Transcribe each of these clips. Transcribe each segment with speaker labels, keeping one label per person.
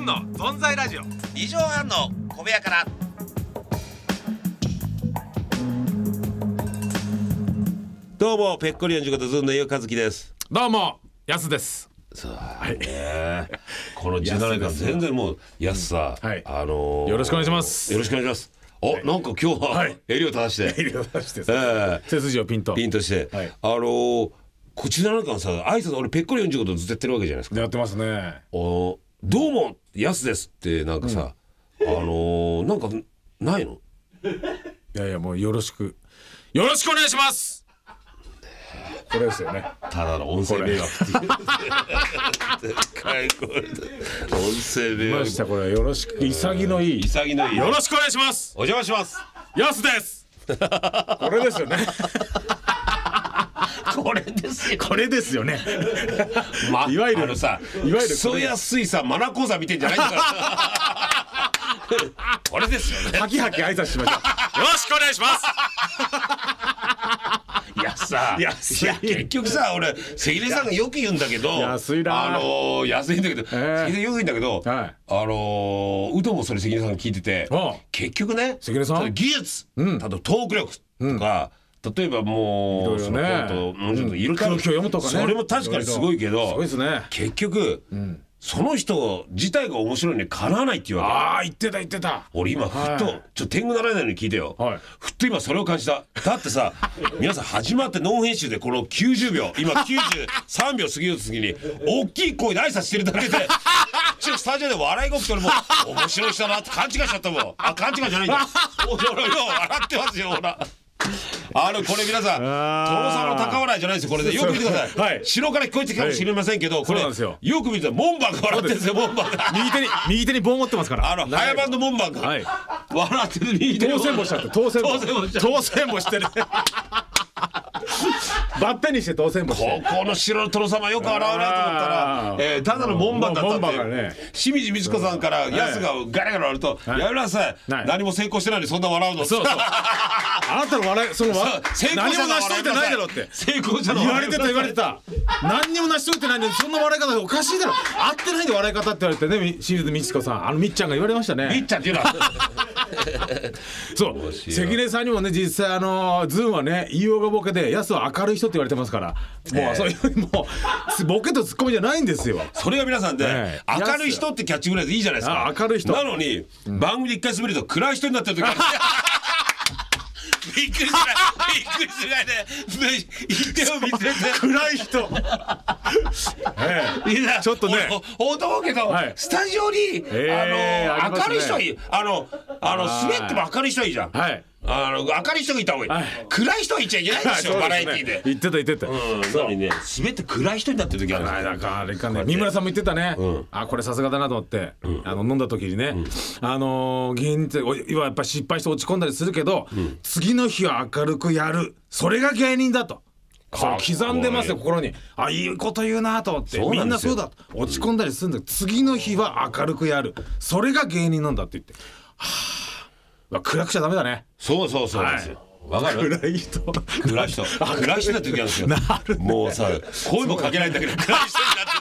Speaker 1: の存在ラジオ
Speaker 2: 二畳半の小部屋からどうもペッコリオン仕事ずんのゆうかずきです
Speaker 1: どうもやすです
Speaker 2: そうはい、ね、この17年間全然もうやすさ、
Speaker 1: はい
Speaker 2: あのー
Speaker 1: よろしくお願いします
Speaker 2: よろしくお願いしますお、なんか今日は
Speaker 1: はい
Speaker 2: 襟を正 して、ええ
Speaker 1: 背筋をピンと
Speaker 2: ピンとして、
Speaker 1: はい
Speaker 2: あのーこちらなんかさ挨拶俺ペッコリオン仕事ずっとやってるわけじゃないですか
Speaker 1: やってますね
Speaker 2: おどうもやすですってなんかさ、あのーなんかないの
Speaker 1: いやいやもうよろしくよろしくお願いしますこれですよね
Speaker 2: ただの音声迷惑って いう。でかいこれ音声迷
Speaker 1: どう
Speaker 2: 惑
Speaker 1: し。たこれよろしく潔のいい
Speaker 2: 潔い
Speaker 1: よろしくお願いします
Speaker 2: お邪魔します。
Speaker 1: やすですこれですよね
Speaker 2: これですよ。
Speaker 1: これですよね
Speaker 2: ま、
Speaker 1: いわゆる
Speaker 2: あのさ、
Speaker 1: いわゆるこれ
Speaker 2: クソ安いさマナ講座見てんじゃないん だから。これですよね。
Speaker 1: ハキハキ挨拶しましょうよろしくお願いします
Speaker 2: いや さ、いや結局さ、俺関根さんがよく言うんだけど、
Speaker 1: 安いな
Speaker 2: あのー安いんだけど、
Speaker 1: え
Speaker 2: 関根さんよく言うんだけど、
Speaker 1: はい
Speaker 2: あのーうどもそれ関根さんが聞いてて
Speaker 1: ああ、
Speaker 2: 結局ね、
Speaker 1: 関根さん
Speaker 2: ただ技術、ただトーク力とか。例えばもう
Speaker 1: いろいろね
Speaker 2: そのコントもうちょっといる
Speaker 1: 空気を読むとかね
Speaker 2: それも確かにすごいけ
Speaker 1: いろい
Speaker 2: ど
Speaker 1: ろすごいですね
Speaker 2: 結局、その人自体が面白いのにかなわないっていうわけ
Speaker 1: ああ言ってた言ってた
Speaker 2: 俺今ふっと、
Speaker 1: はい
Speaker 2: ちょっと天狗ならないのに聞いてよ、
Speaker 1: はい
Speaker 2: ふっと今それを感じただって さ皆さん始まってノン編集でこの90秒今93秒過ぎようと過ぎに大きい声で挨拶してるだけでちょっとスタジオで笑いが起きて俺もう面白い人だなって勘違いしちゃったもんあ勘違いじゃないんだおよよよ笑ってますよほらあのこれ皆さん
Speaker 1: あー
Speaker 2: 殿様の高笑いじゃないですよこれでよく見てください、
Speaker 1: はい
Speaker 2: 城から聞こえてきたかもしれませんけど、これ
Speaker 1: そうなんですよ
Speaker 2: よく見てたら門番が笑ってるんですよ門番が
Speaker 1: 右手に右手に棒持ってますから
Speaker 2: あの早番の門番が、
Speaker 1: はい
Speaker 2: 笑ってる右手
Speaker 1: 当選もしちゃって当選も当選もしてるバッテンにして当選もして
Speaker 2: 高校の城の殿様よく笑うなと思ったら
Speaker 1: あ、ー
Speaker 2: えーただの門番だったってい
Speaker 1: 門番が
Speaker 2: う
Speaker 1: ね
Speaker 2: 清水美智子さんからやすがガラガラ笑うと「
Speaker 1: い
Speaker 2: やめなさい
Speaker 1: はい
Speaker 2: 何も成功してないのにそんな笑うの」
Speaker 1: そうそうあなたの笑いそ の
Speaker 2: そう
Speaker 1: わ
Speaker 2: 成功
Speaker 1: 何
Speaker 2: 者
Speaker 1: も
Speaker 2: の
Speaker 1: 成し
Speaker 2: 笑
Speaker 1: 遂
Speaker 2: い
Speaker 1: げてないだろうって
Speaker 2: 成功者の
Speaker 1: 言われてた言われて
Speaker 2: た
Speaker 1: た何にも成し遂げてないのにそんな笑い方おかしいだろ合ってないで笑い方って言われてねみ清水美智子さんあのみっちゃんが言われました
Speaker 2: みっ
Speaker 1: ね
Speaker 2: ちゃんっていうのは
Speaker 1: そう
Speaker 2: 白い
Speaker 1: 関根さんにもね実際あのズーンはね言いようがボケでやすは明るい人って言われてますからもうそういうもうボケとツッコミじゃないんですよ
Speaker 2: それが皆さんで、
Speaker 1: ええ
Speaker 2: 明るい人ってキャッチフレーズいいじゃないですか
Speaker 1: あ明るい人
Speaker 2: なのに、番組で一回滑ると暗い人になってる時あ るびっくりするぐらいびっくりするぐらいで一点を見つめて
Speaker 1: 暗い人ええ
Speaker 2: いや
Speaker 1: ちょっとね
Speaker 2: おおと思うけど、
Speaker 1: はい
Speaker 2: スタジオに、
Speaker 1: えー
Speaker 2: あ
Speaker 1: あり
Speaker 2: の
Speaker 1: ま
Speaker 2: 明
Speaker 1: すね
Speaker 2: るい人はいいあのあの
Speaker 1: はい
Speaker 2: 滑っても明るい人はいいじ ゃん、
Speaker 1: はい
Speaker 2: あの明るい人がいた方がいい、
Speaker 1: はい
Speaker 2: 暗い人はいちゃいけないでしょ、
Speaker 1: そう
Speaker 2: バラ
Speaker 1: で
Speaker 2: エ
Speaker 1: す
Speaker 2: ティ
Speaker 1: ね
Speaker 2: ーで。
Speaker 1: 言ってた言ってた。
Speaker 2: なのにね滑って暗い人になってる時あるんです
Speaker 1: あ
Speaker 2: よ
Speaker 1: なんかあれかね三村さんも言ってたね、あこれさすがだなと思って、あの飲んだ時にね、あのー芸人ってお要はやっぱ失敗して落ち込んだりするけど、次の日は明るくやるそれが芸人だと。それ刻んでますよ心にあいいこと言うなと思って
Speaker 2: そう
Speaker 1: み
Speaker 2: なん
Speaker 1: ん
Speaker 2: で
Speaker 1: な
Speaker 2: すよ
Speaker 1: そうだと落ち込んだりするんだけど次の日は明るくやるそれが芸人なんだって言ってはあまあ暗くちゃダメだね
Speaker 2: そうそうそうなんですよわ、かる
Speaker 1: 暗い人
Speaker 2: 暗い人暗い人にな ってる時あるんですよもうさ声もかけないんだけど暗い人になって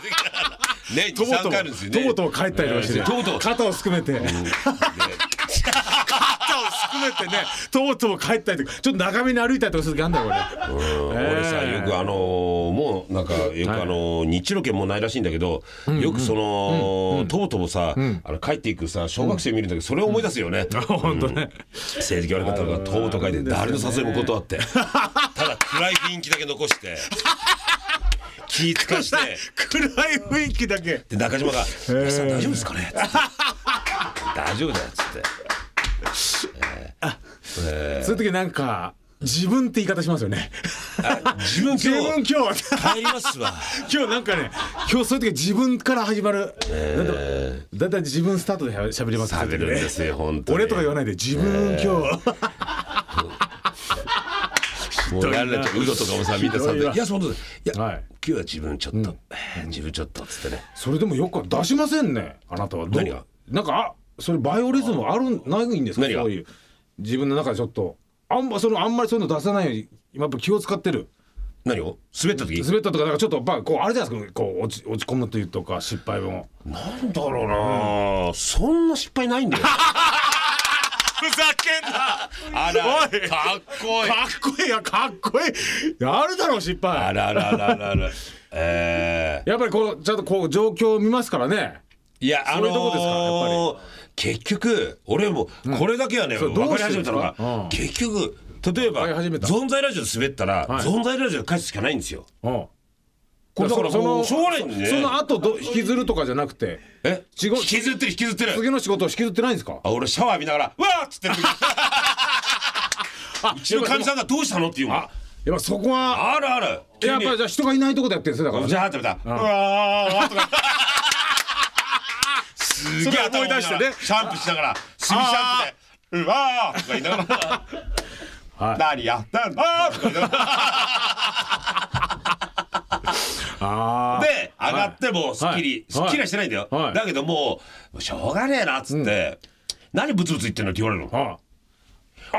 Speaker 2: る時あるね
Speaker 1: とぼ
Speaker 2: 23
Speaker 1: とぼ
Speaker 2: 回あるんですよね
Speaker 1: とぼとぼ帰ったりとかしてね、
Speaker 2: えーとぼとぼ
Speaker 1: 肩をすくめて、肩をすくめてねとぼとぼ帰ったりとかちょっと長めに歩いたりとかする時あんだよこれ、
Speaker 2: 俺さよくあのーもうなんかよくあのー日ロケもうないらしいんだけどよくそのとぼとぼさあの帰っていくさ小学生見るんだけどそれを思い出すよね
Speaker 1: 本当ね、
Speaker 2: 成績悪かったのかとぼと書いて誰の誘いも断ってただ暗い雰囲気だけ残して 気ぃつかして
Speaker 1: 暗い雰囲気だけ
Speaker 2: で中島が「皆さん大丈夫ですかね?」つって「大丈夫だよ」っつって
Speaker 1: そういう時なんか自分って言い方しますよね
Speaker 2: あ「自分
Speaker 1: 自分
Speaker 2: 今日
Speaker 1: 今日
Speaker 2: 帰りますわ」
Speaker 1: 今日なんかね今日そういう時自分から始まる、だいたい自分スタートでしゃべります
Speaker 2: 食べるんですよ本当に
Speaker 1: 俺とか言わないで自分今日、
Speaker 2: もうやられちゃうウドとかもさみんなさ「
Speaker 1: ひど
Speaker 2: い
Speaker 1: いわ
Speaker 2: やそうですいや、
Speaker 1: はい
Speaker 2: 今日は自分ちょっと、えー自分ちょっと」っつってね
Speaker 1: それでもよく出しませんねあなたはどう
Speaker 2: 何が
Speaker 1: なんかあそれバイオリズムあるないんですか
Speaker 2: 何が
Speaker 1: そういう自分の中でちょっとあんまそのあんまりそういうの出さないように今やっぱ気を使ってる
Speaker 2: 何を滑った時
Speaker 1: 滑ったとかなんかちょっとやっぱこうあれじゃないですかこう落ち落ち込むというとか失敗も
Speaker 2: なんだろうな、そんな失敗ないんだよ
Speaker 1: ふざけんな
Speaker 2: あら
Speaker 1: おい
Speaker 2: かっこいい
Speaker 1: かっこいいやかっこいいあるだろう失敗
Speaker 2: あらららら らえ
Speaker 1: やっぱりこうちゃんとこう状況を見ますからね
Speaker 2: ー、いやあ
Speaker 1: そう
Speaker 2: の
Speaker 1: いうとこですかや
Speaker 2: ー、結局俺もこれだけはね、
Speaker 1: そう
Speaker 2: 分か
Speaker 1: どう
Speaker 2: り
Speaker 1: して
Speaker 2: 始めたのが、
Speaker 1: うん
Speaker 2: 結局例えば
Speaker 1: 分かり始めた
Speaker 2: 存在ラジオで滑ったら、
Speaker 1: はい
Speaker 2: 存在ラジオで返すしかないんですよ
Speaker 1: うん
Speaker 2: これだから
Speaker 1: そ
Speaker 2: も
Speaker 1: の
Speaker 2: うしょうがないんでね
Speaker 1: その後ど引きずるとかじゃなくて
Speaker 2: え
Speaker 1: 違う
Speaker 2: 引きずってる引きずってる
Speaker 1: 次の仕事を引きずってないんですか
Speaker 2: あ俺シャワー浴びながら「うわーっ!」 つってる時うちのかみさんが「どうしたの?」って言うもん
Speaker 1: あやっぱそこは
Speaker 2: あるある
Speaker 1: やっ
Speaker 2: 急
Speaker 1: ぱ
Speaker 2: に
Speaker 1: じゃあ人がいないとこでやってるんですよだから
Speaker 2: じゃあってた。うわー とか。すげえ頭
Speaker 1: それ思い出してね
Speaker 2: シャンプーしながら、スミシャンプーで、うわーとか言いながら、
Speaker 1: はい
Speaker 2: 何やったんだとか言いなが
Speaker 1: あ
Speaker 2: ら、
Speaker 1: ー
Speaker 2: で、上がってもうすっきり、す
Speaker 1: はい
Speaker 2: っきりはしてないんだよ。
Speaker 1: はい
Speaker 2: だけどもう、しょうがねえなっつって、何ブツブツ言ってんのって言われるの。
Speaker 1: ああ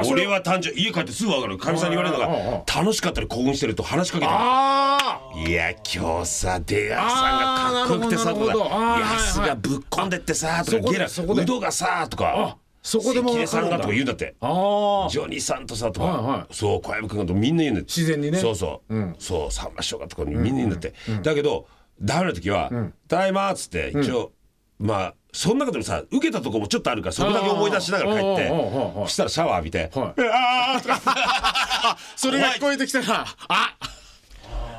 Speaker 1: そ
Speaker 2: 俺
Speaker 1: れ
Speaker 2: は単純、家帰ってすぐ上がる。かみさんに言われる
Speaker 1: はいはいは
Speaker 2: の
Speaker 1: い
Speaker 2: が、楽しかったり興奮してると話しかけてくる。
Speaker 1: あー
Speaker 2: いや今日さ出川さんがかっこよくてさ
Speaker 1: あー
Speaker 2: と
Speaker 1: な
Speaker 2: か
Speaker 1: るほどなるほどあー
Speaker 2: いや
Speaker 1: はいはい
Speaker 2: すがぶっこんでってさと
Speaker 1: そ
Speaker 2: か
Speaker 1: こで
Speaker 2: ゲラ
Speaker 1: そこで
Speaker 2: うどがさとか
Speaker 1: あそこでも
Speaker 2: 関根
Speaker 1: 分か
Speaker 2: さ
Speaker 1: る
Speaker 2: ん
Speaker 1: んだ
Speaker 2: がとか言うんだって
Speaker 1: あー
Speaker 2: ジョニーさんとさと
Speaker 1: はいは
Speaker 2: か
Speaker 1: い
Speaker 2: そう小籔君がとみんな言うんだって
Speaker 1: 自然にね
Speaker 2: そうそうそうさんま師匠がとかみんな言うんだってだけどダメな時は「ただいま」っつって一応まあその中でもさ受けたとこもちょっとあるからそこだけ思い出しながら帰って
Speaker 1: あーあーあーあーあー
Speaker 2: そしたらシャワー浴びて「うわ
Speaker 1: はい
Speaker 2: ー」とか
Speaker 1: それが聞こえてきたら
Speaker 2: 「は
Speaker 1: あ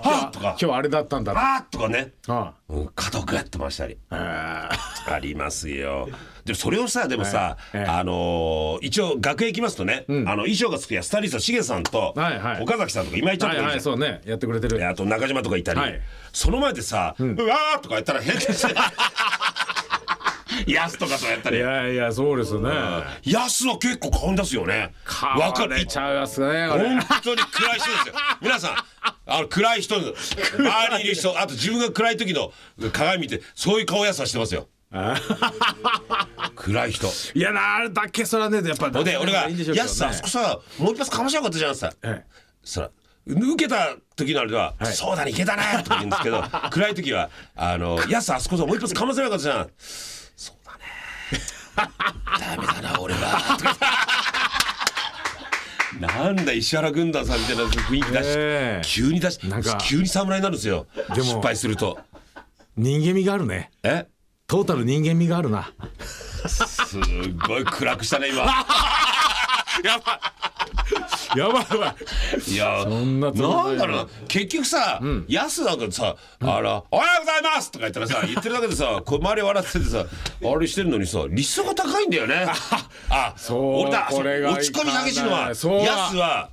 Speaker 2: ー」と
Speaker 1: 今
Speaker 2: か
Speaker 1: 日あれだったん
Speaker 2: 「
Speaker 1: だな
Speaker 2: あー」とかね
Speaker 1: あ
Speaker 2: うん肩をグッと回したり。
Speaker 1: あ
Speaker 2: ありますよ。でもそれをさでもさ、
Speaker 1: ええ
Speaker 2: あのー一応楽屋行きますとね、あの衣装がつくやスタイリストしげさんと、
Speaker 1: はいはい
Speaker 2: 岡崎さんとか今井ちゃん
Speaker 1: は
Speaker 2: と
Speaker 1: い
Speaker 2: かいるじ
Speaker 1: は
Speaker 2: ゃ
Speaker 1: い
Speaker 2: ん
Speaker 1: そうねやってくれてる
Speaker 2: であと中島とかいたり、
Speaker 1: はい
Speaker 2: その前でさ「うわー」とかやったら変です よ。ヤスとかとやった
Speaker 1: い
Speaker 2: り。
Speaker 1: やいやそうですね
Speaker 2: ヤスは結構顔出すよね。わか
Speaker 1: 買わ
Speaker 2: る
Speaker 1: れ。ちゃいますねこれ
Speaker 2: 本当に暗い人ですよ。皆さん、あの暗い人、周りにいる人、あと自分が暗い時の鏡見て、そういう顔やさしてますよ。暗い人。
Speaker 1: いやなあれだけそれはねやっぱ
Speaker 2: ほんで俺が
Speaker 1: いいんで
Speaker 2: 「
Speaker 1: しょうけど
Speaker 2: や
Speaker 1: ね
Speaker 2: すさんあそこさもう一発かましなかったじゃん」さ
Speaker 1: え
Speaker 2: そら受けた時のあれでは「
Speaker 1: い
Speaker 2: そうだねいけたね」とか言うんですけ ど暗い時は「あのやすあそこさもう一発かませなかったじゃん」 「そうだねダメだな俺は」とかなんだ石原軍団さんみたいな雰囲気出して、
Speaker 1: ええ
Speaker 2: 急に出し
Speaker 1: なんか
Speaker 2: 急に侍になるんですよ
Speaker 1: でも
Speaker 2: 失敗すると
Speaker 1: 人間味があるね
Speaker 2: え
Speaker 1: トータル人間味があるな
Speaker 2: すっごい暗くしたね今やばい
Speaker 1: やばいやばい
Speaker 2: いや
Speaker 1: そんなつもりない
Speaker 2: んだろうな結局さ、ヤスなんかさ「あらおはようございます」とか言ったら さ言ってるだけでさこう周り笑っててさあれしてるのにさ理想が高いんだよね あ
Speaker 1: そう
Speaker 2: 俺だ
Speaker 1: これが
Speaker 2: そう落ち込み激しいのは
Speaker 1: いかな
Speaker 2: ヤ
Speaker 1: い
Speaker 2: ス
Speaker 1: そう
Speaker 2: は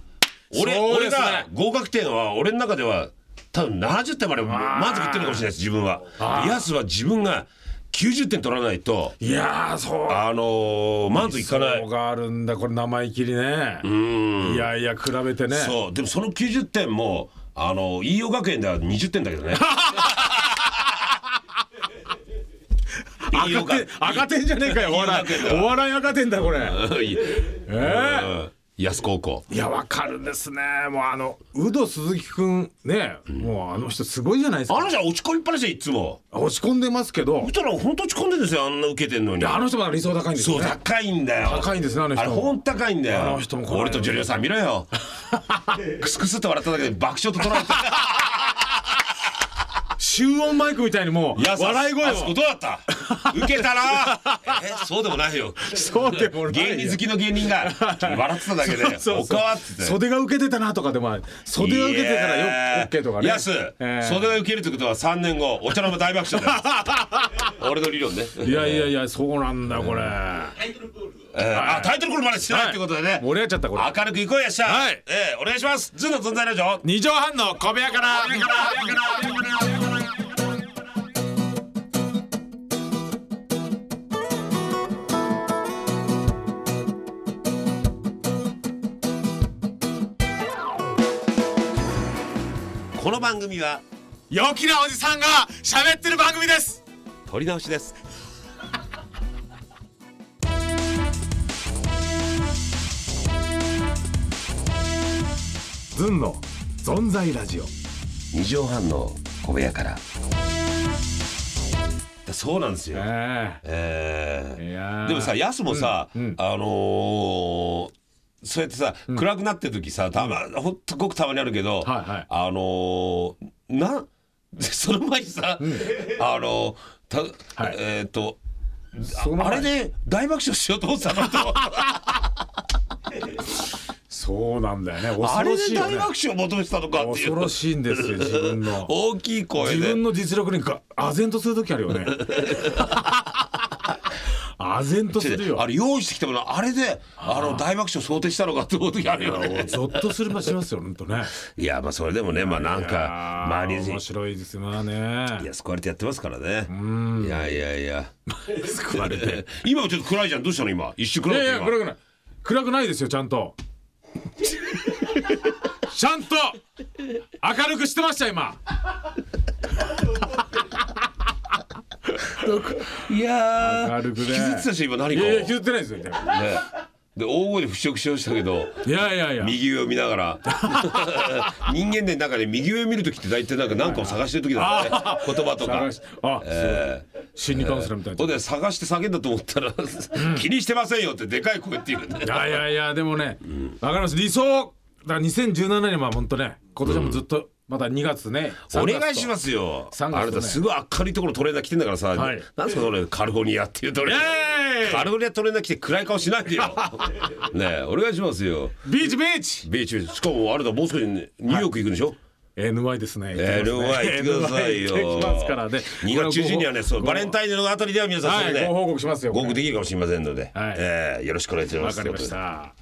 Speaker 2: 俺
Speaker 1: そう
Speaker 2: 俺
Speaker 1: ですね
Speaker 2: が合格点は俺の中では多分70点まで満足いってるのかもしれないです自分はヤスは自分が90点取らないと
Speaker 1: いやーそう
Speaker 2: あのー満足いかない
Speaker 1: そうがあるんだこれ生意気にねいやいや比べてね
Speaker 2: そうでもその90点もあの飯尾学園では20点だけど ね飯尾
Speaker 1: 赤点
Speaker 2: 学
Speaker 1: 赤点じゃねえかよお笑
Speaker 2: いいよ
Speaker 1: いお笑い赤点だこれ
Speaker 2: 園いいうん安高校
Speaker 1: いやわかるんですねもうあのウド鈴木くんねもうあの人すごいじゃないです
Speaker 2: あ
Speaker 1: か
Speaker 2: の人は落ち込みっぱなしでいつも
Speaker 1: 落ち込んでますけど
Speaker 2: そしたら本当落ち込んでるんですよあんな受けてんのに
Speaker 1: あの人まだ理想高いんです
Speaker 2: そ
Speaker 1: よ
Speaker 2: う
Speaker 1: ね
Speaker 2: 高いんだよ
Speaker 1: 高いんですねあの人
Speaker 2: あれ本当高いんだよ
Speaker 1: あの人もこれ
Speaker 2: 俺とジュリオさん見ろ よクスクスって笑っただけで爆笑と取られて
Speaker 1: 集音マイクみたいにもう
Speaker 2: いやさ
Speaker 1: 笑い声
Speaker 2: あそこ
Speaker 1: を
Speaker 2: どうだった 受けたなえそうでもないよ
Speaker 1: そうでもないよ
Speaker 2: 芸人好きの芸人が 笑ってただけで「
Speaker 1: そう
Speaker 2: お
Speaker 1: そう
Speaker 2: かわ」っつって。
Speaker 1: 袖が受けてたなとかでもある袖が受けてたらよ
Speaker 2: いやー
Speaker 1: OK とかね
Speaker 2: やす、
Speaker 1: えー
Speaker 2: 袖が受けるってことは3年後お茶の間大爆笑だ よ俺の理論ね
Speaker 1: いやいやいやそうなんだこれ
Speaker 2: えーあタイトルコールまでしてないってことでね、
Speaker 1: 盛り上がっちゃったこれ
Speaker 2: 明るくいこうやっしゃ、
Speaker 1: はい
Speaker 2: えーお願いしますズンの存在ラジオ
Speaker 1: 二畳半の小部屋から
Speaker 2: この番組は
Speaker 1: 陽気なおじさんが喋ってる番組です
Speaker 2: 撮り直しです
Speaker 1: ずんの存在ラジオ
Speaker 2: 2畳半の小部屋からそうなんですよ、
Speaker 1: え
Speaker 2: え
Speaker 1: えい
Speaker 2: ー
Speaker 1: やー
Speaker 2: でもさやすもさ、
Speaker 1: うんうん
Speaker 2: あのーそうやってさ暗くなってる時さたまほんとごくたまにあるけど、
Speaker 1: はいはい
Speaker 2: あのーな その前にさ、あのーた、
Speaker 1: はい
Speaker 2: えーっと
Speaker 1: その
Speaker 2: あれ
Speaker 1: 前
Speaker 2: で大爆笑しようと思って たのと
Speaker 1: そうなんだよね
Speaker 2: あ
Speaker 1: 恐
Speaker 2: れ
Speaker 1: ろしい
Speaker 2: で
Speaker 1: よ
Speaker 2: 大
Speaker 1: ね
Speaker 2: 爆笑を求めてたのかってい
Speaker 1: 恐
Speaker 2: う
Speaker 1: ろしいんですよ自 分の
Speaker 2: 大きい声
Speaker 1: 自
Speaker 2: で
Speaker 1: 分の実力にが唖然とする時あるよ ね唖然とするよ
Speaker 2: あれ用意してきたものあれであの大爆笑想定したのかって思う時あるよね
Speaker 1: ゾッとするましますよ本当ね
Speaker 2: いやまあそれでもねまあなんか周り
Speaker 1: いやー
Speaker 2: に
Speaker 1: 面白いですまあね
Speaker 2: いや救われてやってますからねいやいやいや
Speaker 1: 救われて
Speaker 2: 今もちょっと暗いじゃんどうしたの今一瞬暗
Speaker 1: い
Speaker 2: い
Speaker 1: やい
Speaker 2: っ
Speaker 1: や
Speaker 2: た
Speaker 1: 暗
Speaker 2: 今
Speaker 1: くない暗くないですよちゃ んとちゃんと明るくしてました今
Speaker 2: いや
Speaker 1: 明
Speaker 2: ー
Speaker 1: るくね
Speaker 2: 引きずってたし今何
Speaker 1: い
Speaker 2: かを
Speaker 1: やいや
Speaker 2: ね
Speaker 1: 削ってないですよみたいな
Speaker 2: で大声で払拭しましたけど
Speaker 1: いやいやいや
Speaker 2: 右上を見なが ら人間でなんかね右上を見る時って大体なんか何かを探してる時だからね言葉とか
Speaker 1: 探しあ、すごい心理カウンセラーみたいな
Speaker 2: ほんで探して叫んだと思ったら「気にしてませんよ」ってでかい声って言うね
Speaker 1: いやいやいやでもね、わかります理想だから2017年は本当ね今年もずっとまた2月ね、
Speaker 2: お願いしますすよ。
Speaker 1: 3月とね
Speaker 2: あなたすごい明るいところトレーナー着てんだからさ、
Speaker 1: はい
Speaker 2: なんすかそれカルフォルニアっていうトレーナー。カルフォルニアトレーナー着て暗い顔しないでよ。ねえお願いしますよ。
Speaker 1: ビーチビーチ
Speaker 2: ビーチしかもあれだもう少しねニューヨーク行くんでしょ。
Speaker 1: NY ですね
Speaker 2: NY 行ってくださいよ
Speaker 1: NY 行ってきますからね
Speaker 2: 2月中旬にはねそうバレン
Speaker 1: イ
Speaker 2: タインのあたりでは皆さんそれ
Speaker 1: はい
Speaker 2: で
Speaker 1: ご報告しますよ
Speaker 2: ご報告できるかもしれませんので、
Speaker 1: はい
Speaker 2: えーよろしくお願いしま
Speaker 1: わ
Speaker 2: す。
Speaker 1: かりました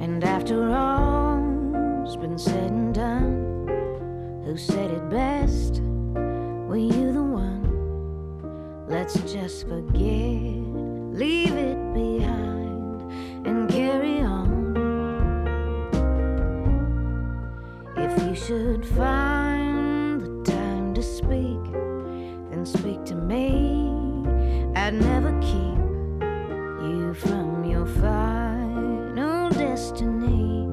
Speaker 3: And after all's been said and done, who said it best? Were you the one? Let's just forget, leave it behind, and carry on. If you should find the time to speak, then speak to me. I'd never keep you from your final destiny.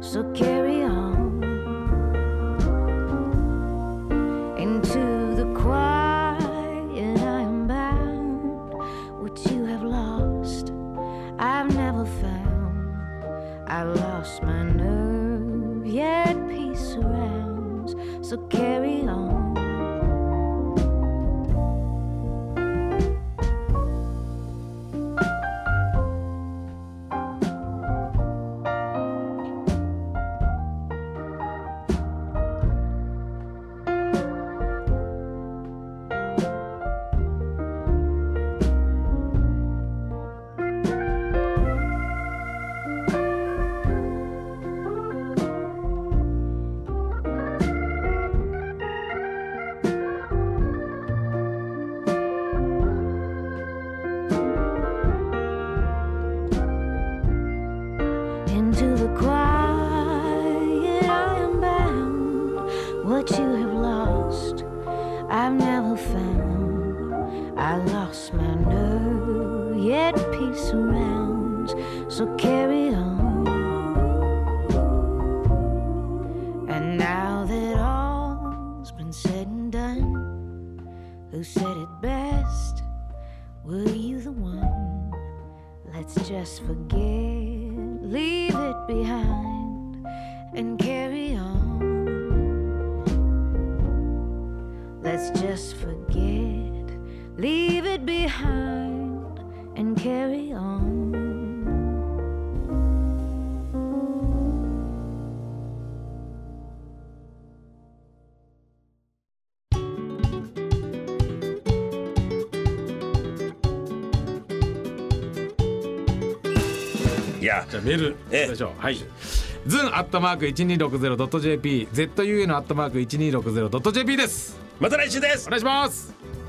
Speaker 3: So carry on into the quiet. I am bound. What you have lost, I've never found. I lost my nerve, yet peace surrounds. So carry on. into the quiet I am bound. What you have lost, I've never found. I lost my nerve, yet peace surrounds. So carry on. And now that all's been said and done, who said it best? Were you the one? Let's just forget, leave it behind, and carry on. Let's just forget, leave it behind, and carry on.
Speaker 2: いや
Speaker 1: じゃあメール
Speaker 2: ええ
Speaker 1: 行きましょうはいズンアットマーク 1260.jp ZUN アットマーク 1260.jp です
Speaker 2: また来週です
Speaker 1: お。願いします